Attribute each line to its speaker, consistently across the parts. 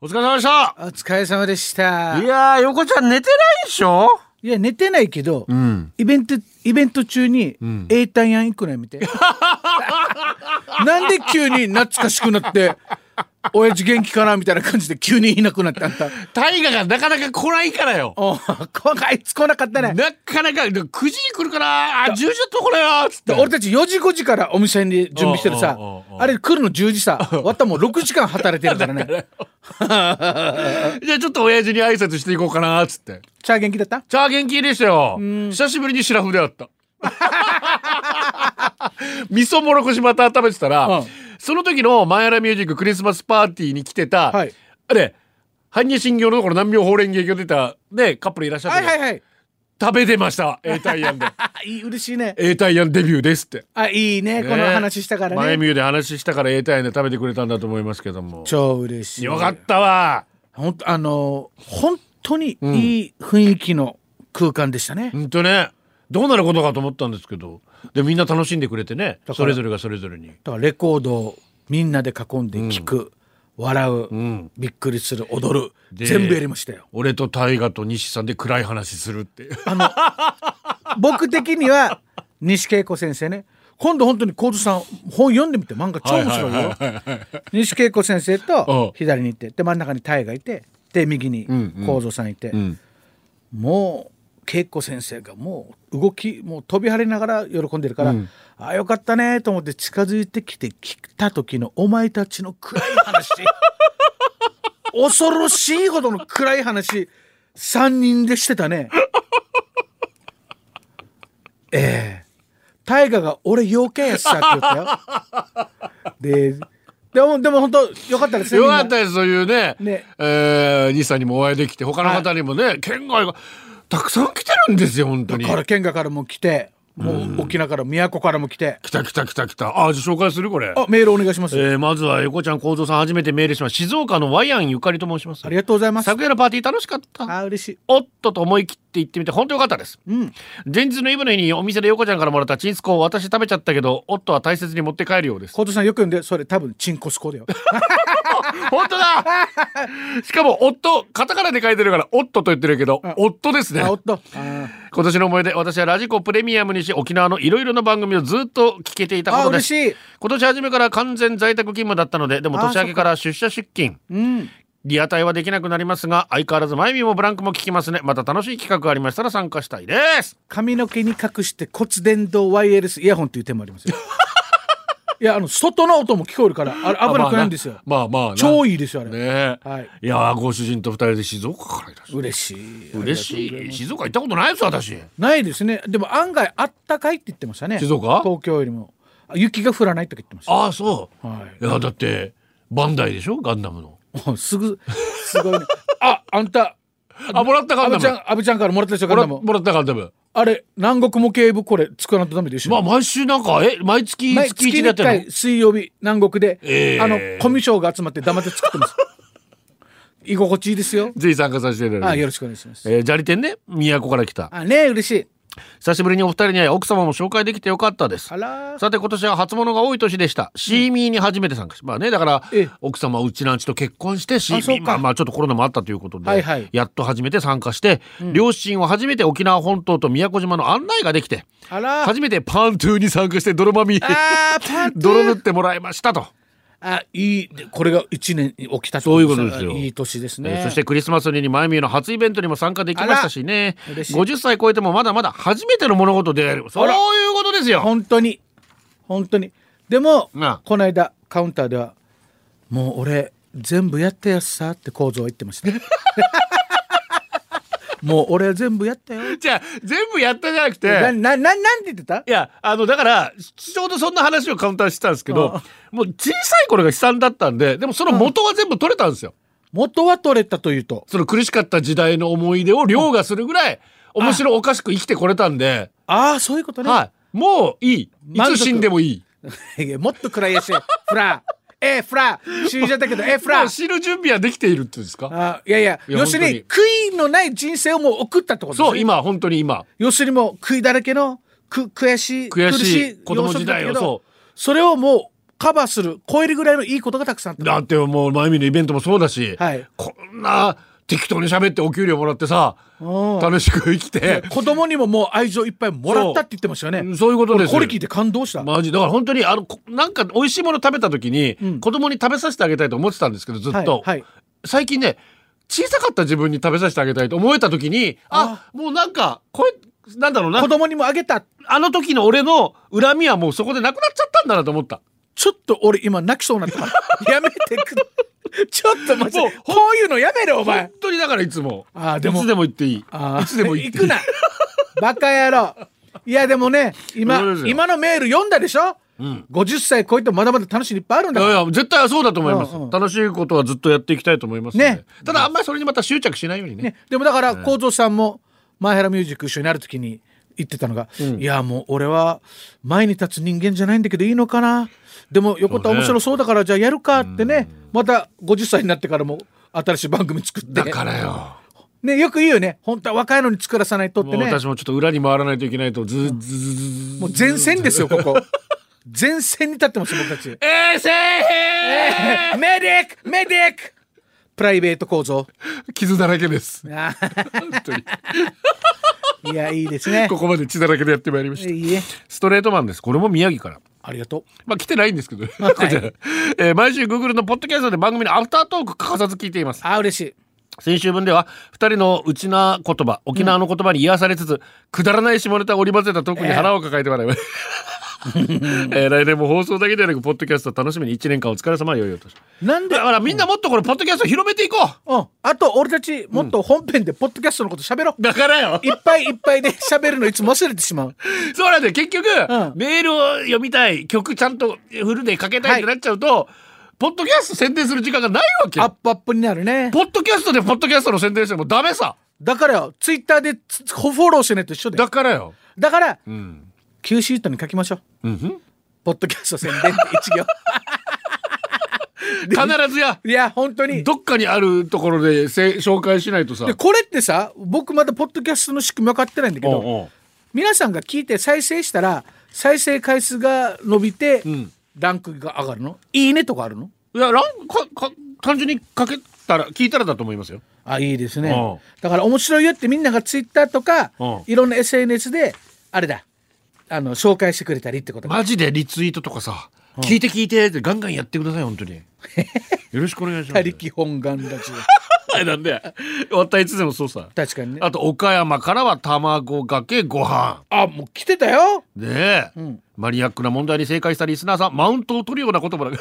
Speaker 1: お疲れ様でした
Speaker 2: お疲れ様でした
Speaker 1: いやー横ちゃん寝てないでしょ
Speaker 2: いや寝てないけど、
Speaker 1: ん
Speaker 2: イベントイベント中に
Speaker 1: ん
Speaker 2: 英単やん行くのやめて なんで急に懐かしくなって親父元気かなみたいな感じで急にいなくなったあ んた
Speaker 1: 大河がなかなか来ないからよ
Speaker 2: おこあいつ来なかったね、
Speaker 1: なかなか9時に来るからあ10時ちょっと来れよっつって
Speaker 2: 俺たち4時5時からお店に準備してるさ
Speaker 1: おうおうおうおう
Speaker 2: あれ来るの10 時さわったもう6時間働いてるからね
Speaker 1: じゃあちょっと親父に挨拶していこうかなっつって
Speaker 2: チャー元気だった
Speaker 1: チャー元気でしたよ久しぶりにシラフであった 味噌もろこしバター食べてたら、
Speaker 2: うん
Speaker 1: その時の「マイアラミュージッククリスマスパーティー」に来てた、
Speaker 2: はい
Speaker 1: あれ般若心経のところ難病法蓮華経出た、ね、カップルいらっしゃって、
Speaker 2: はいはいはい
Speaker 1: 食べてました A タイアンで
Speaker 2: あいい嬉しいね
Speaker 1: A タイアンデビューですって、
Speaker 2: あいいねこの話したから
Speaker 1: 前
Speaker 2: ね
Speaker 1: ミューで話したから A タイアンで食べてくれたんだと思いますけども
Speaker 2: 超嬉しい
Speaker 1: よかったわ
Speaker 2: 本当あの本当にいい雰囲気の空間でしたね、
Speaker 1: ほんとねどうなることかと思ったんですけどでみんな楽しんでくれてね
Speaker 2: ら
Speaker 1: それぞれがそれぞれに
Speaker 2: だからレコードをみんなで囲んで聞く、笑う、
Speaker 1: ん
Speaker 2: びっくりする踊る
Speaker 1: で
Speaker 2: 全部やりましたよ
Speaker 1: 俺と大河と西さんで暗い話するっていう
Speaker 2: 僕的には西恵子先生ね今度本当にコーさん本読んでみて漫画超面白いよ、
Speaker 1: はいはい
Speaker 2: 西恵子先生
Speaker 1: うん
Speaker 2: と左に行ってで真ん中に大がいてで右に幸三さんいて、
Speaker 1: ん
Speaker 2: もう恵子先生がもう動きもう飛び跳ねながら喜んでるから、ああよかったねと思って近づいてきて来た時のお前たちの暗い 話恐ろしいほどの暗い話3人でしてたね。ええ大河が俺要件やっさ って言ったよ。で、でも、でも本当よかったです
Speaker 1: よかった
Speaker 2: みんな
Speaker 1: ですそういうね
Speaker 2: ね
Speaker 1: えー西さんにもお会いできて他の方にもね、県外がたくさん来てるんですよ本当に
Speaker 2: だから県外からも来て、もう沖縄から都からも来て、
Speaker 1: 来た来た来た来たあじゃあ紹介するこれ
Speaker 2: あ、メールお願いします。
Speaker 1: えーまずは横ちゃん幸三さん初めてメールします静岡のワヤンゆかりと申します
Speaker 2: ありがとうございます。
Speaker 1: 昨夜のパーティー楽しかった
Speaker 2: あ、嬉しい。
Speaker 1: おっとと思い切って行ってみて本当よかったです
Speaker 2: うん。
Speaker 1: 前日のイブの日にお店で横ちゃんからもらったチンスコを私食べちゃったけど夫は大切に持って帰るよう です
Speaker 2: コートさんよく読んで、それ多分チンコスコだよ。
Speaker 1: 本当だしかも夫カタカナで書いてるから夫と言ってるけど夫ですね
Speaker 2: あ、お っと。あ
Speaker 1: 今年の思い出私はラジコプレミアムにし沖縄のいろいろな番組をずっと聞けていたこ
Speaker 2: あ、
Speaker 1: とで
Speaker 2: 嬉
Speaker 1: す
Speaker 2: しい。
Speaker 1: 今年初めから完全在宅勤務だったのででも
Speaker 2: あ
Speaker 1: 年明けから出社出勤
Speaker 2: うん。
Speaker 1: リアタイはできなくなりますが相変わらずまゆみもブランクも聞きますねまた楽しい企画がありましたら参加したいです
Speaker 2: 髪の毛に隠して骨伝導ワイヤレスイヤホンっていう手もあります よ。いや、あの、外の音も聞こえるから、あれ危なくないんですよ。
Speaker 1: まあまあな
Speaker 2: 超いいですよ、あれ。
Speaker 1: ねえ、
Speaker 2: はい
Speaker 1: いやーご主人と二人で静岡からいらっしゃる
Speaker 2: 嬉しい。
Speaker 1: 嬉しい静岡行ったことないです私
Speaker 2: ないですね。でも案外あったかいって言ってましたね。
Speaker 1: 静岡
Speaker 2: 東京よりも。あ雪が降らないとか言ってました。
Speaker 1: ああそう、、
Speaker 2: はい
Speaker 1: やだってバンダイでしょガンダムの
Speaker 2: もう すぐ、すごいね。あ、あんた、
Speaker 1: あもらったガ
Speaker 2: 阿
Speaker 1: ンダ
Speaker 2: 部ちゃ
Speaker 1: ム
Speaker 2: ん、阿部ちゃんからもらったでしょ、ガンダム
Speaker 1: もらもらったガンダム
Speaker 2: あれ、南国模型部これ、作らないとダメでしょ。
Speaker 1: まあ毎週なんかえ毎月
Speaker 2: 毎
Speaker 1: 月
Speaker 2: 月
Speaker 1: 一
Speaker 2: に
Speaker 1: でやっ
Speaker 2: 1
Speaker 1: てるの
Speaker 2: 回水曜日南国で、
Speaker 1: えー
Speaker 2: あのコミュ障が集まって黙って作ってます 居心地いいですよ
Speaker 1: ぜひ参加させていただ
Speaker 2: あ
Speaker 1: きま
Speaker 2: よ
Speaker 1: す
Speaker 2: ろしくお願いします
Speaker 1: えー、砂利店ね都から来た
Speaker 2: あねえ嬉しい
Speaker 1: 久しぶりにお二人に会い奥様も紹介できてよかったです
Speaker 2: あらー
Speaker 1: さて今年は初物が多い年でしたシーミーに初めて参加しまあねだから
Speaker 2: ええ
Speaker 1: 奥様うちなんちと結婚してシーミ
Speaker 2: あそ
Speaker 1: ー
Speaker 2: うか
Speaker 1: まあまあちょっとコロナもあったということで、
Speaker 2: はいはい
Speaker 1: やっと初めて参加して、両親は初めて沖縄本島と宮古島の案内ができて
Speaker 2: あらー
Speaker 1: 初めてパントゥーに参加して泥まみ
Speaker 2: あーパンツ
Speaker 1: 泥塗ってもらいましたと、
Speaker 2: あいいこれが1年起きた
Speaker 1: そういうことですよ
Speaker 2: いい年です
Speaker 1: え
Speaker 2: ね
Speaker 1: ーそしてクリスマスににマイミーの初イベントにも参加できましたしね
Speaker 2: あら嬉しい
Speaker 1: 50歳超えてもまだまだ初めての物事であるそういうことですよ
Speaker 2: 本当に本当にでも
Speaker 1: なあ
Speaker 2: この間カウンターでは「もう俺全部やったやつさ」って構造は言って ましたもう俺は全部やったよ
Speaker 1: じゃあ全部やったじゃなくて
Speaker 2: ななななんて言ってた
Speaker 1: いや、あの、だから、ちょうどそんな話をカウンターしてたんですけど、もう小さい頃が悲惨だったんで、でもその元は全部取れたんですよ。
Speaker 2: 元は取れたというと
Speaker 1: その苦しかった時代の思い出を凌駕するぐらい、面白おかしく生きてこれたんで、
Speaker 2: ああそういうことね、
Speaker 1: はい。もういい。い
Speaker 2: 満足
Speaker 1: つ死んでもいい。
Speaker 2: いやもっと暗いやつよフラえー、フラ死んじゃったけどえー、フラ
Speaker 1: もう死ぬ準備はできているっていうんですか
Speaker 2: あいやいや
Speaker 1: いや
Speaker 2: 要するに
Speaker 1: 本
Speaker 2: 悔いのない人生をもう送ったってことですね
Speaker 1: そう、今、本当に今。
Speaker 2: 要するにもう悔いだらけのく悔しい
Speaker 1: 悔
Speaker 2: 苦
Speaker 1: しい
Speaker 2: い
Speaker 1: 子供時代を
Speaker 2: 幼少だったけど
Speaker 1: そう
Speaker 2: それをもうカバーする超えるぐらいのいいことがたくさんあった
Speaker 1: だってもう前見のイベントもそうだし、
Speaker 2: はい
Speaker 1: こんな適当に喋ってお給料もらってさ
Speaker 2: うん
Speaker 1: 楽しく生きて
Speaker 2: 子供にももう愛情いっぱいもらったって言ってましたよね
Speaker 1: そういうことです
Speaker 2: これ聞いて感動した、
Speaker 1: マジだから本当にあのこなんか美味しいもの食べた時に、
Speaker 2: うん
Speaker 1: 子供に食べさせてあげたいと思ってたんですけどずっと、
Speaker 2: はいはい
Speaker 1: 最近ね小さかった自分に食べさせてあげたいと思えた時にあもうなんかこれなんだろうな
Speaker 2: 子供にもあげた
Speaker 1: あの時の俺の恨みはもうそこでなくなっちゃったんだなと思った。
Speaker 2: ちょっと俺今泣きそうになった やめてくれ ちょっと待っ
Speaker 1: もう
Speaker 2: てこういうのやめろお前
Speaker 1: 本当にだからいつも
Speaker 2: あーでも
Speaker 1: いつでも言っていいい
Speaker 2: あー
Speaker 1: つでも言っ
Speaker 2: 行
Speaker 1: て い
Speaker 2: く
Speaker 1: い
Speaker 2: なバカ野郎いやでもね今
Speaker 1: そうですよ
Speaker 2: 今のメール読んだでしょ、
Speaker 1: ん
Speaker 2: 50歳超えてもまだまだ楽しいのいっぱいあるん
Speaker 1: い
Speaker 2: だか
Speaker 1: やい
Speaker 2: ら
Speaker 1: や絶対そうだと思います、
Speaker 2: うんうん
Speaker 1: 楽しいことはずっとやっていきたいと思いますね
Speaker 2: ね
Speaker 1: ただあんまりそれにまた執着しないようにね
Speaker 2: ね、でもだから幸三さんも「マイハラミュージック」一緒になる時に言ってたのが「いやもう俺は前に立つ人間じゃないんだけどいいのかなでも横田面白そうだからじゃあやるか」ってねまた50歳になってからも新しい番組作って
Speaker 1: だ、からよ、
Speaker 2: ね、よく言うよね本当は若いのに作らさないとって
Speaker 1: もう
Speaker 2: ね
Speaker 1: 私もちょっと裏に回らないといけないとずーずーずーずーずー
Speaker 2: もう前線ですよここ前線に立ってます僕たち。
Speaker 1: えー、せーへー
Speaker 2: メディックメディックプライベート構 造
Speaker 1: 傷だらけです。
Speaker 2: あ
Speaker 1: 本当に
Speaker 2: ーいやいいですね
Speaker 1: ここまで血だらけでやってまいりま
Speaker 2: い
Speaker 1: した。
Speaker 2: いね
Speaker 1: ストレートマンです。これも宮城から。
Speaker 2: ありがとう
Speaker 1: まあ来てないんですけどね。 こちらえー毎週 Google のポッドキャストで番組のアフタートーク欠かさず聞いています。
Speaker 2: あー嬉しい
Speaker 1: 先週分では2人のうちな言葉沖縄の言葉に癒されつつ、くだらない下ネタを織り交ぜたトークに腹を抱えて笑います、 えー来年も放送だけではなくポッドキャストを楽しみに1年間お疲れ様よいよとし
Speaker 2: なんで
Speaker 1: だからみんなもっとこれポッドキャスト広めていこう
Speaker 2: うん、あと俺たちもっと本編でポッドキャストのこと喋ろう、
Speaker 1: だからよ
Speaker 2: いっぱいいっぱいで 喋るのいつも忘れてしまう
Speaker 1: そうなんだよ結局、
Speaker 2: ん
Speaker 1: メールを読みたい曲ちゃんとフルでかけたいってなっちゃうと、ポッドキャスト宣伝する時間がないわけ
Speaker 2: アッ
Speaker 1: よ
Speaker 2: プアップになるね
Speaker 1: ポッドキャストでポッドキャストの宣伝してもダメさ
Speaker 2: だからよツイッターでつフォローしないと一緒で
Speaker 1: だからよ、
Speaker 2: だから
Speaker 1: うん、
Speaker 2: Q シートに書きましょう
Speaker 1: うんふん
Speaker 2: ポッドキャスト宣伝って一行
Speaker 1: 必ずや
Speaker 2: いや本当に
Speaker 1: どっかにあるところでせ紹介しないとさ
Speaker 2: でこれってさ僕まだポッドキャストの仕組み分かってないんだけど
Speaker 1: おうおう
Speaker 2: 皆さんが聞いて再生したら再生回数が伸びて、
Speaker 1: ん
Speaker 2: ランクが上がるのいいねとかあるの
Speaker 1: いやランかか単純にかけたら聞いたらだと思いますよ
Speaker 2: あいいですね
Speaker 1: うん
Speaker 2: だから面白いよってみんながツイッターとか
Speaker 1: うん
Speaker 2: いろんな SNS であれだあの紹介してくれたりってことか
Speaker 1: マジでリツイートとかさ、聞いて聞いてってガンガンやってください本 当によろしくお願いします
Speaker 2: 他力本願だし
Speaker 1: なんでまたいつでもそうさ
Speaker 2: 確かにね
Speaker 1: あと岡山からは卵かけご飯
Speaker 2: あもう来てたよ
Speaker 1: ねえ、
Speaker 2: ん
Speaker 1: マニアックな問題に正解したリスナーさんマウントを取るような言葉だ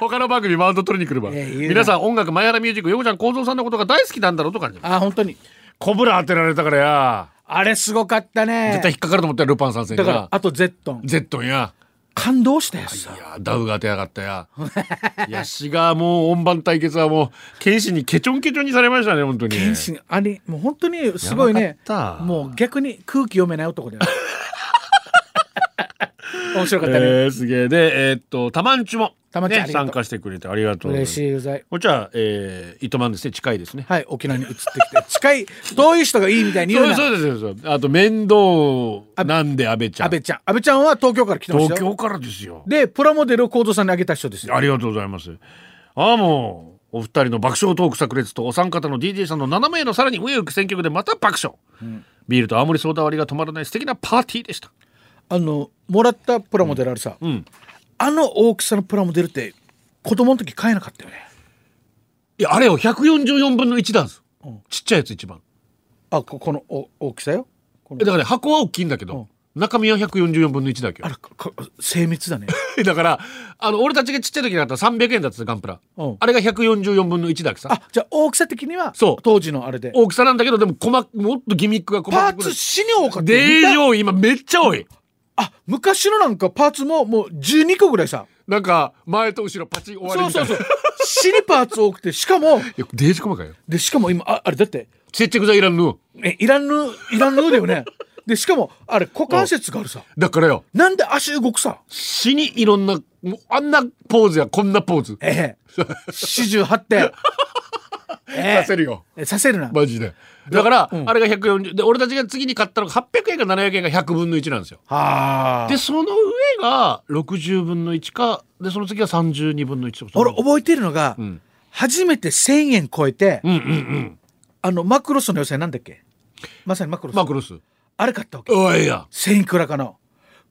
Speaker 1: 他の番組マウント取りに来れば、
Speaker 2: いや言うな
Speaker 1: 皆さん音楽前原ミュージックヨコちゃん幸三さんのことが大好きなんだろうと感じます
Speaker 2: あ本当に
Speaker 1: コブラ当てられたからや
Speaker 2: あれすごかったね
Speaker 1: 絶対引っかかると思ったよルパン三世
Speaker 2: だ
Speaker 1: が
Speaker 2: からあとゼットン
Speaker 1: ゼットンや
Speaker 2: 感動したやつ
Speaker 1: いやダウが当てやがったや いやしがもう音盤対決はもう剣士にケチョンケチョンにされましたね本当に
Speaker 2: 謙信あれもう本当にすごいね
Speaker 1: やばかった
Speaker 2: もう逆に空気読めない 男だよ面白かったね、
Speaker 1: えー、すげえでえーっとたまんちも、
Speaker 2: たまんちゅありがとう
Speaker 1: 参加してくれてありがとうございま
Speaker 2: 嬉
Speaker 1: す
Speaker 2: しいざい
Speaker 1: こっちは、えー、糸満ですね近いですね
Speaker 2: はい沖縄に移ってきて近い遠い人がいいみたいに言う
Speaker 1: そう
Speaker 2: な
Speaker 1: そうですそうですあと面倒なんで安倍ちゃ
Speaker 2: 安
Speaker 1: ん
Speaker 2: 倍ちゃん安倍ちゃんは東京から来てました
Speaker 1: 東
Speaker 2: よ
Speaker 1: 京からですよ
Speaker 2: でプラモデルを幸三さんにあげた人ですよ
Speaker 1: ありがとうございますああもうお二人の爆笑トーク炸裂とお三方の DJ さんの7名のさらに上行く選曲でまた爆笑、ビールと青森ソーダ割りが止まらない素敵なパーティーでした
Speaker 2: あのもらったプラモデルあるさ、
Speaker 1: ん
Speaker 2: あの大きさのプラモデルって子供の時買えなかったよね
Speaker 1: いやあれよ144分の1なんです、ちっちゃいやつ一番
Speaker 2: あここのお大きさよこの
Speaker 1: えだからね箱は大きいんだけど、中身は144分の1だけ
Speaker 2: あらかか精密だね
Speaker 1: ど だからあの俺たちがちっちゃい時にあった300円だったガンプラ、
Speaker 2: うん
Speaker 1: あれが144分の1だけさ
Speaker 2: あじゃあ大きさ的には
Speaker 1: そう
Speaker 2: 当時のあれで
Speaker 1: 大きさなんだけどでも細かもっとギミックが細
Speaker 2: パ
Speaker 1: か
Speaker 2: ー
Speaker 1: く
Speaker 2: ツ死に多かったよ
Speaker 1: で
Speaker 2: 見た
Speaker 1: よ今めっちゃ多い
Speaker 2: あ昔のなんかパーツももう12個ぐらいさ
Speaker 1: なんか前と後ろパチン終わり
Speaker 2: そう
Speaker 1: みたい
Speaker 2: そう
Speaker 1: な
Speaker 2: そう死にパーツ多くてしかも
Speaker 1: いやデージ細かいよ
Speaker 2: でしかも今ああれだって
Speaker 1: 接着剤いらんの
Speaker 2: えいらんのいらんのだよねでしかもあれ股関節があるさ
Speaker 1: だからよ
Speaker 2: なんで足動くさ
Speaker 1: 死にいろんなもうあんなポーズやこんなポーズ
Speaker 2: ええ四十八点ええ
Speaker 1: させるよ
Speaker 2: えさせるな、
Speaker 1: マジでだから、
Speaker 2: うん
Speaker 1: あれが140で俺たちが次に買ったのが800円か700円が100分の1なんですよ
Speaker 2: はあ
Speaker 1: でその上が60分の1かでその次は32分の1とか
Speaker 2: 俺覚えてるのが、
Speaker 1: うん
Speaker 2: 初めて1,000円超えて、
Speaker 1: うんうんうん
Speaker 2: あのマクロスの予選なんだっけまさにマクロス、
Speaker 1: マクロス
Speaker 2: あれ買ったわけ
Speaker 1: おいや
Speaker 2: 1,000いくらかの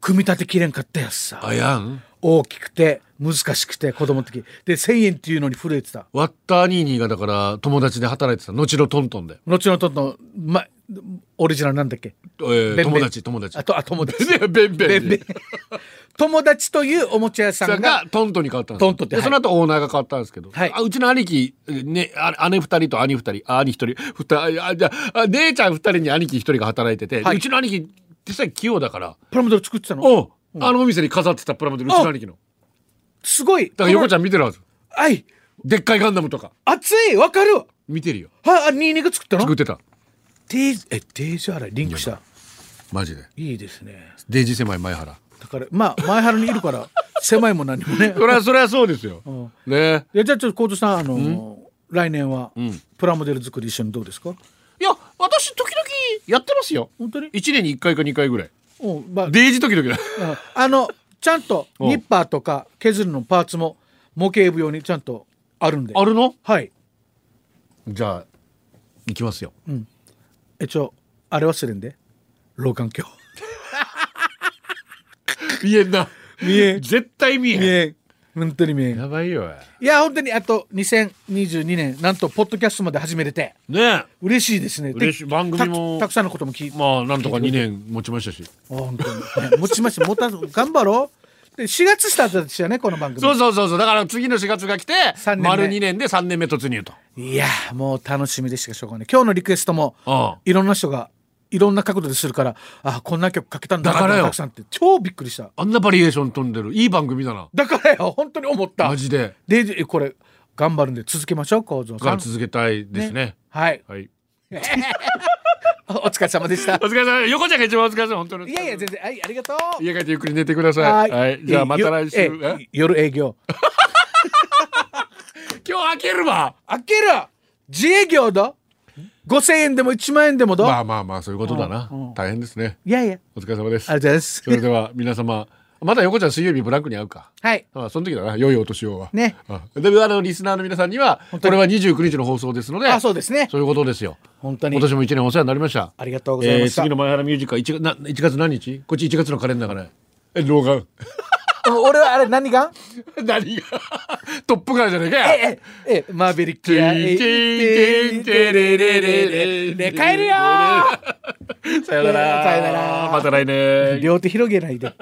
Speaker 2: 組み立てきれんかったやつさ
Speaker 1: あやん
Speaker 2: 大きくて難しくて子供の時で1,000円っていうのに震えてた
Speaker 1: ワッターニーニーがだから友達で働いてた後のトントンで、
Speaker 2: 後のとんどん、ま、オリジナルなんだっけ
Speaker 1: えー
Speaker 2: ベンベン
Speaker 1: 友達友達
Speaker 2: あとあ友達
Speaker 1: ベンベン
Speaker 2: ベンベン友達というおもちゃ屋さ
Speaker 1: さ
Speaker 2: ん
Speaker 1: ん
Speaker 2: が
Speaker 1: がトントンに変わったんですよ
Speaker 2: トントンっ
Speaker 1: で
Speaker 2: てはい
Speaker 1: その後オーナーが変わったんですけど、
Speaker 2: はい
Speaker 1: あうちの兄貴、ね、あ姉二人と兄二人あ兄一人ふたあいやじゃああ姉ちゃん二人に兄貴一人が働いてて、
Speaker 2: はいう
Speaker 1: ちの兄貴手先器用だから
Speaker 2: プラモデル作ってたの
Speaker 1: おうあのお店に飾ってたプラモデルうちの兄貴の
Speaker 2: すごい
Speaker 1: だから横ち
Speaker 2: ゃ
Speaker 1: ゃん見てるはず
Speaker 2: んはい
Speaker 1: でっかいガンダムとか
Speaker 2: 熱いわかるわ
Speaker 1: 見てるよ
Speaker 2: はあニーニーが作ったの
Speaker 1: 作ってた
Speaker 2: デーえデージャーライリンクした
Speaker 1: マジで
Speaker 2: いいですね
Speaker 1: デイジー狭い前原
Speaker 2: だからまあ前原にいるから 狭いも何もね
Speaker 1: そりゃそりゃそうですよ、
Speaker 2: ん
Speaker 1: ね
Speaker 2: いやじゃあちょっとコートさんあのー来年は
Speaker 1: ん
Speaker 2: プラモデル作り一緒にどうですか
Speaker 1: いや私時々やってますよ
Speaker 2: 本当に
Speaker 1: 1年に1回か2回ぐらい
Speaker 2: うんまあ
Speaker 1: デイジー時々だ
Speaker 2: うんあのちゃんと
Speaker 1: うん
Speaker 2: ニッパーとか削るのパーツも模型部用にちゃんとあるんで
Speaker 1: あるの
Speaker 2: はい
Speaker 1: じゃあ行きますよ
Speaker 2: 一応あれ忘れんで老眼鏡
Speaker 1: 見えんな
Speaker 2: 見えん
Speaker 1: 絶対見えん
Speaker 2: 見えん本当に見えん
Speaker 1: やばいよ
Speaker 2: いや本当にあと2022年なんとポッドキャストまで始めれて
Speaker 1: ね
Speaker 2: 嬉しいですねで
Speaker 1: 嬉しい番組も
Speaker 2: たくたくさんのことも聞いて、
Speaker 1: まあなんとか2年持ちましたし
Speaker 2: あ本当に、ね持ちまして持たず頑張ろうで4月スタートでしたよねこの番組
Speaker 1: そうそうそうそうだから次の4月が来て
Speaker 2: 三年目
Speaker 1: 丸2年で3年目突入と
Speaker 2: いやーもう楽しみでしたしょうがない今日のリクエストも
Speaker 1: ああ
Speaker 2: いろんな人がいろんな角度でするからあこんな曲かけたんだな
Speaker 1: だからよ
Speaker 2: たくさんって超びっくりした
Speaker 1: あんなバリエーション飛んでるいい番組だな
Speaker 2: だからよ本当に思った
Speaker 1: マジで
Speaker 2: でえこれ頑張るんで続けましょう構造さ
Speaker 1: が
Speaker 2: ん
Speaker 1: 続けたいですね
Speaker 2: はい
Speaker 1: はい
Speaker 2: おお疲れ様でした
Speaker 1: お疲れ様横ちゃんが一番お疲れ様本当に
Speaker 2: いやいや全然はいありがとう
Speaker 1: 家帰ってゆっくり寝てくださいはいじゃあまた来週
Speaker 2: え
Speaker 1: え
Speaker 2: え夜営業
Speaker 1: 今日開けるわ
Speaker 2: 開ける自営業だ5000円でも1万円でもだ、
Speaker 1: まあまあまあそういうことだな
Speaker 2: うんうん
Speaker 1: 大変ですね
Speaker 2: いやいや
Speaker 1: お疲れ様です
Speaker 2: ありがとうございます
Speaker 1: それでは皆様まだ横ちゃん水曜日ブランクに会うか
Speaker 2: はい
Speaker 1: あその時だな良いお年をは
Speaker 2: ね
Speaker 1: あであのリスナーの皆さんには
Speaker 2: 本当
Speaker 1: こ
Speaker 2: に
Speaker 1: れは29日の放送ですので
Speaker 2: あそうですね
Speaker 1: そういうことですよ
Speaker 2: 本当に
Speaker 1: 今年も一年お世話になりました
Speaker 2: ありがとうございました
Speaker 1: えー次の前原ミュージックは 1, な1月何日こっち1月のカレンダーがないえ老眼
Speaker 2: 俺はあれ何が
Speaker 1: 何が トップガンじゃねえかよ
Speaker 2: えええマーベリックやええね帰るよ
Speaker 1: さよなら
Speaker 2: さよなら
Speaker 1: また来年
Speaker 2: 両手広げないで。